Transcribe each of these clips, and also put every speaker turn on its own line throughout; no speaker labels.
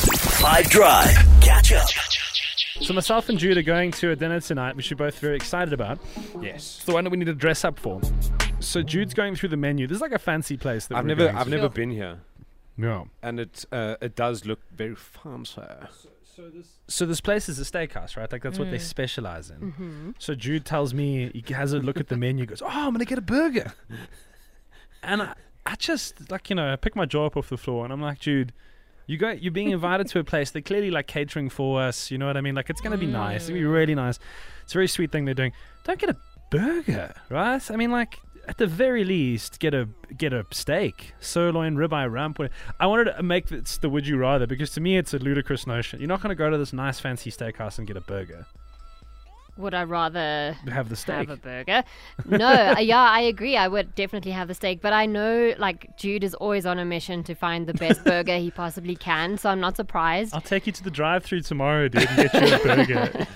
Five Drive. Catch up.
So myself and Jude are going to a dinner tonight, which we're both very excited about. It's
Yes.
the one that we need to dress up for. So Jude's going through the menu. This is like a fancy place that
I've
we're
never
going
I've
to.
never
Sure.
been here.
No.
And it uh, it does look very fancy.
So this place is a steakhouse, right? Like that's what they specialize in. So Jude tells me he has a look at the menu. Goes, oh, I'm gonna get a burger. and I, I just like you know I pick my jaw up off the floor and I'm like, Jude, you go, you're being invited to a place. They're clearly like catering for us. You know what I mean? Like it's gonna be nice. It'll be really nice. It's a very sweet thing they're doing. Don't get a burger, right? I mean, like at the very least, get a get a steak, sirloin, ribeye, rump. whatever. I wanted to make this the would you rather because to me it's a ludicrous notion. You're not going to go to this nice fancy steakhouse and get a burger.
Would I rather
Have the steak.
have a burger? No, uh, yeah, I agree. I would definitely have the steak, but I know like Jude is always on a mission to find the best burger he possibly can, so I'm not surprised.
I'll take you to the drive-through tomorrow, dude, and get you a burger.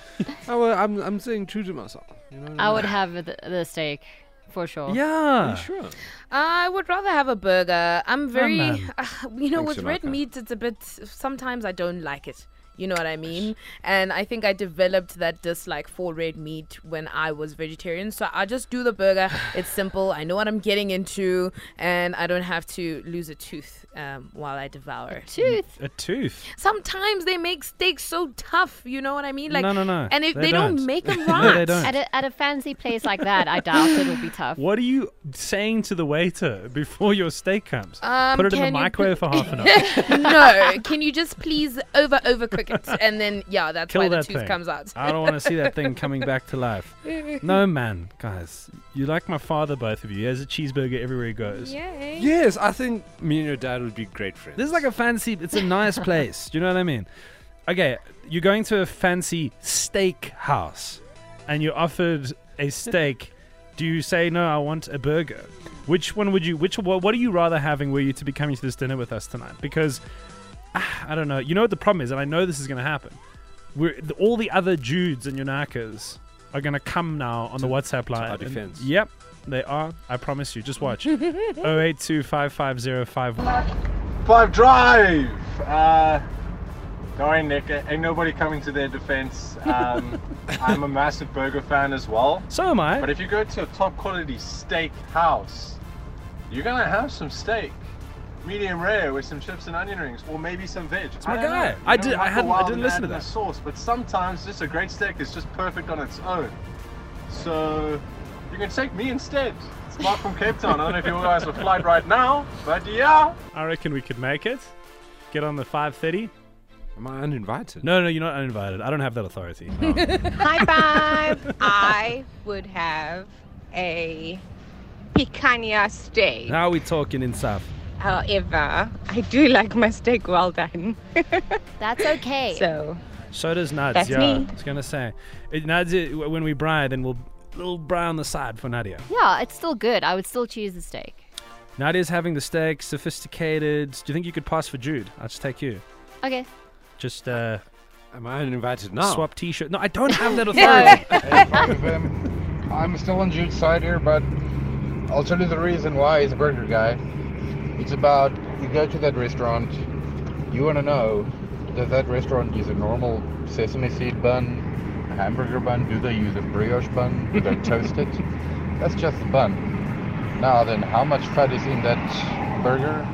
Oh, well, I'm I'm saying true to myself. You know.
I would have the, the steak for Oh. sure.
yeah.
Sure.
I would rather have a burger.
I'm very,
man.
uh, you know,
Thanks,
with red
Yolanda.
meat, it's a bit. Sometimes I don't like it. You know what I mean? And I think I developed that dislike for red meat when I was vegetarian. So I just do the burger. It's simple. I know what I'm getting into, and I don't have to lose a tooth um, while I devour.
Tooth.
A tooth.
Sometimes they make steaks so tough. You know what I mean? Like,
No, no, no.
And if
They
they, don't.
don't.
make them right,
No, they don't.
At a, at a fancy place like that, I doubt it'll be tough.
What are you saying to the waiter before your steak comes?
Um,
Put it in the
can you
microwave for half an hour.
no, can you just please over overcook it? And then yeah, that's
Kill
why the
that
tooth
thing.
comes out.
I don't want to see that thing coming back to life. No, man, guys, you like my father, both of you. He has a cheeseburger everywhere he goes.
Yay.
Yes, I think me and your dad would be great friends.
This is like a fancy. It's a nice place. Do you know what I mean? Okay, you're going to a fancy steak house, and you're offered a steak. Do you say no? I want a burger. Which one would you? Which what, what are you rather having? Were you to be coming to this dinner with us tonight? Because ah, I don't know. You know what the problem is, and I know this is going to happen. We're, the, all the other Judes and Yonakas are going to come now on the WhatsApp line.
our
and-
defense.
yep, they are. I promise you. Just watch. 08255051.
Five Drive. Uh, going Nick. Ain't nobody coming to their defense. Um, I'm a massive burger fan as well.
So am I.
But if you go to a top quality steak house, you're gonna have some steak, medium rare, with some chips and onion rings, or maybe some veg. It's
my guy. I did- I hadn't- I didn't listen to that.
Sauce, but sometimes just a great steak is just perfect on its own. So you can take me instead. It's Mark from Cape Town. I don't know if you guys have a flight right now, but yeah.
I reckon we could make it. Get on the 5:30.
Am I uninvited?
No, no, you're not uninvited. I don't have that authority.
High five! I would have a picanha steak.
now we're talking in South.
However, I do like my steak well done.
That's okay.
So,
So does Nads.
That's
yeah,
me.
I was gonna say, it, Nads. it- when we bry, then we'll little bry on the side for Nadia.
yeah, it's still good. I would still choose the steak.
Nadia's having the steak, sophisticated. Do you think you could pass for Jude? I'll just take you.
Okay.
Just uh,
Am I uninvited now?
swap T-shirt. No, I don't have that authority.
I'm still on Jude's side here, but I'll tell you the reason why he's a burger guy. It's about you go to that restaurant, you want to know does that restaurant use a normal sesame seed bun, a hamburger bun? Do they use a brioche bun? Do they toast it? That's just the bun. Now then, how much fat is in that burger?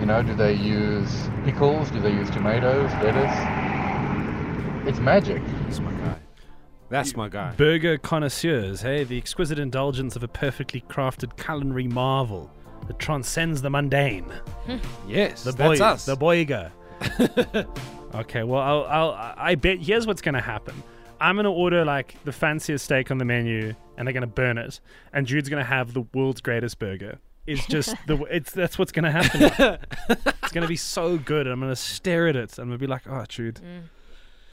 You know, do they use pickles? Do they use tomatoes, lettuce? It's magic.
That's my guy. That's my guy.
Burger connoisseurs, hey, the exquisite indulgence of a perfectly crafted culinary marvel that transcends the mundane.
Yes.
The boy,
that's us.
the boyga. okay, well, I'll, I'll, I bet here's what's gonna happen. I'm gonna order like the fanciest steak on the menu, and they're gonna burn it. And Jude's gonna have the world's greatest burger. It's just the it's that's what's gonna happen. it's gonna be so good. and I'm gonna stare at it. and I'm gonna be like, oh, Jude.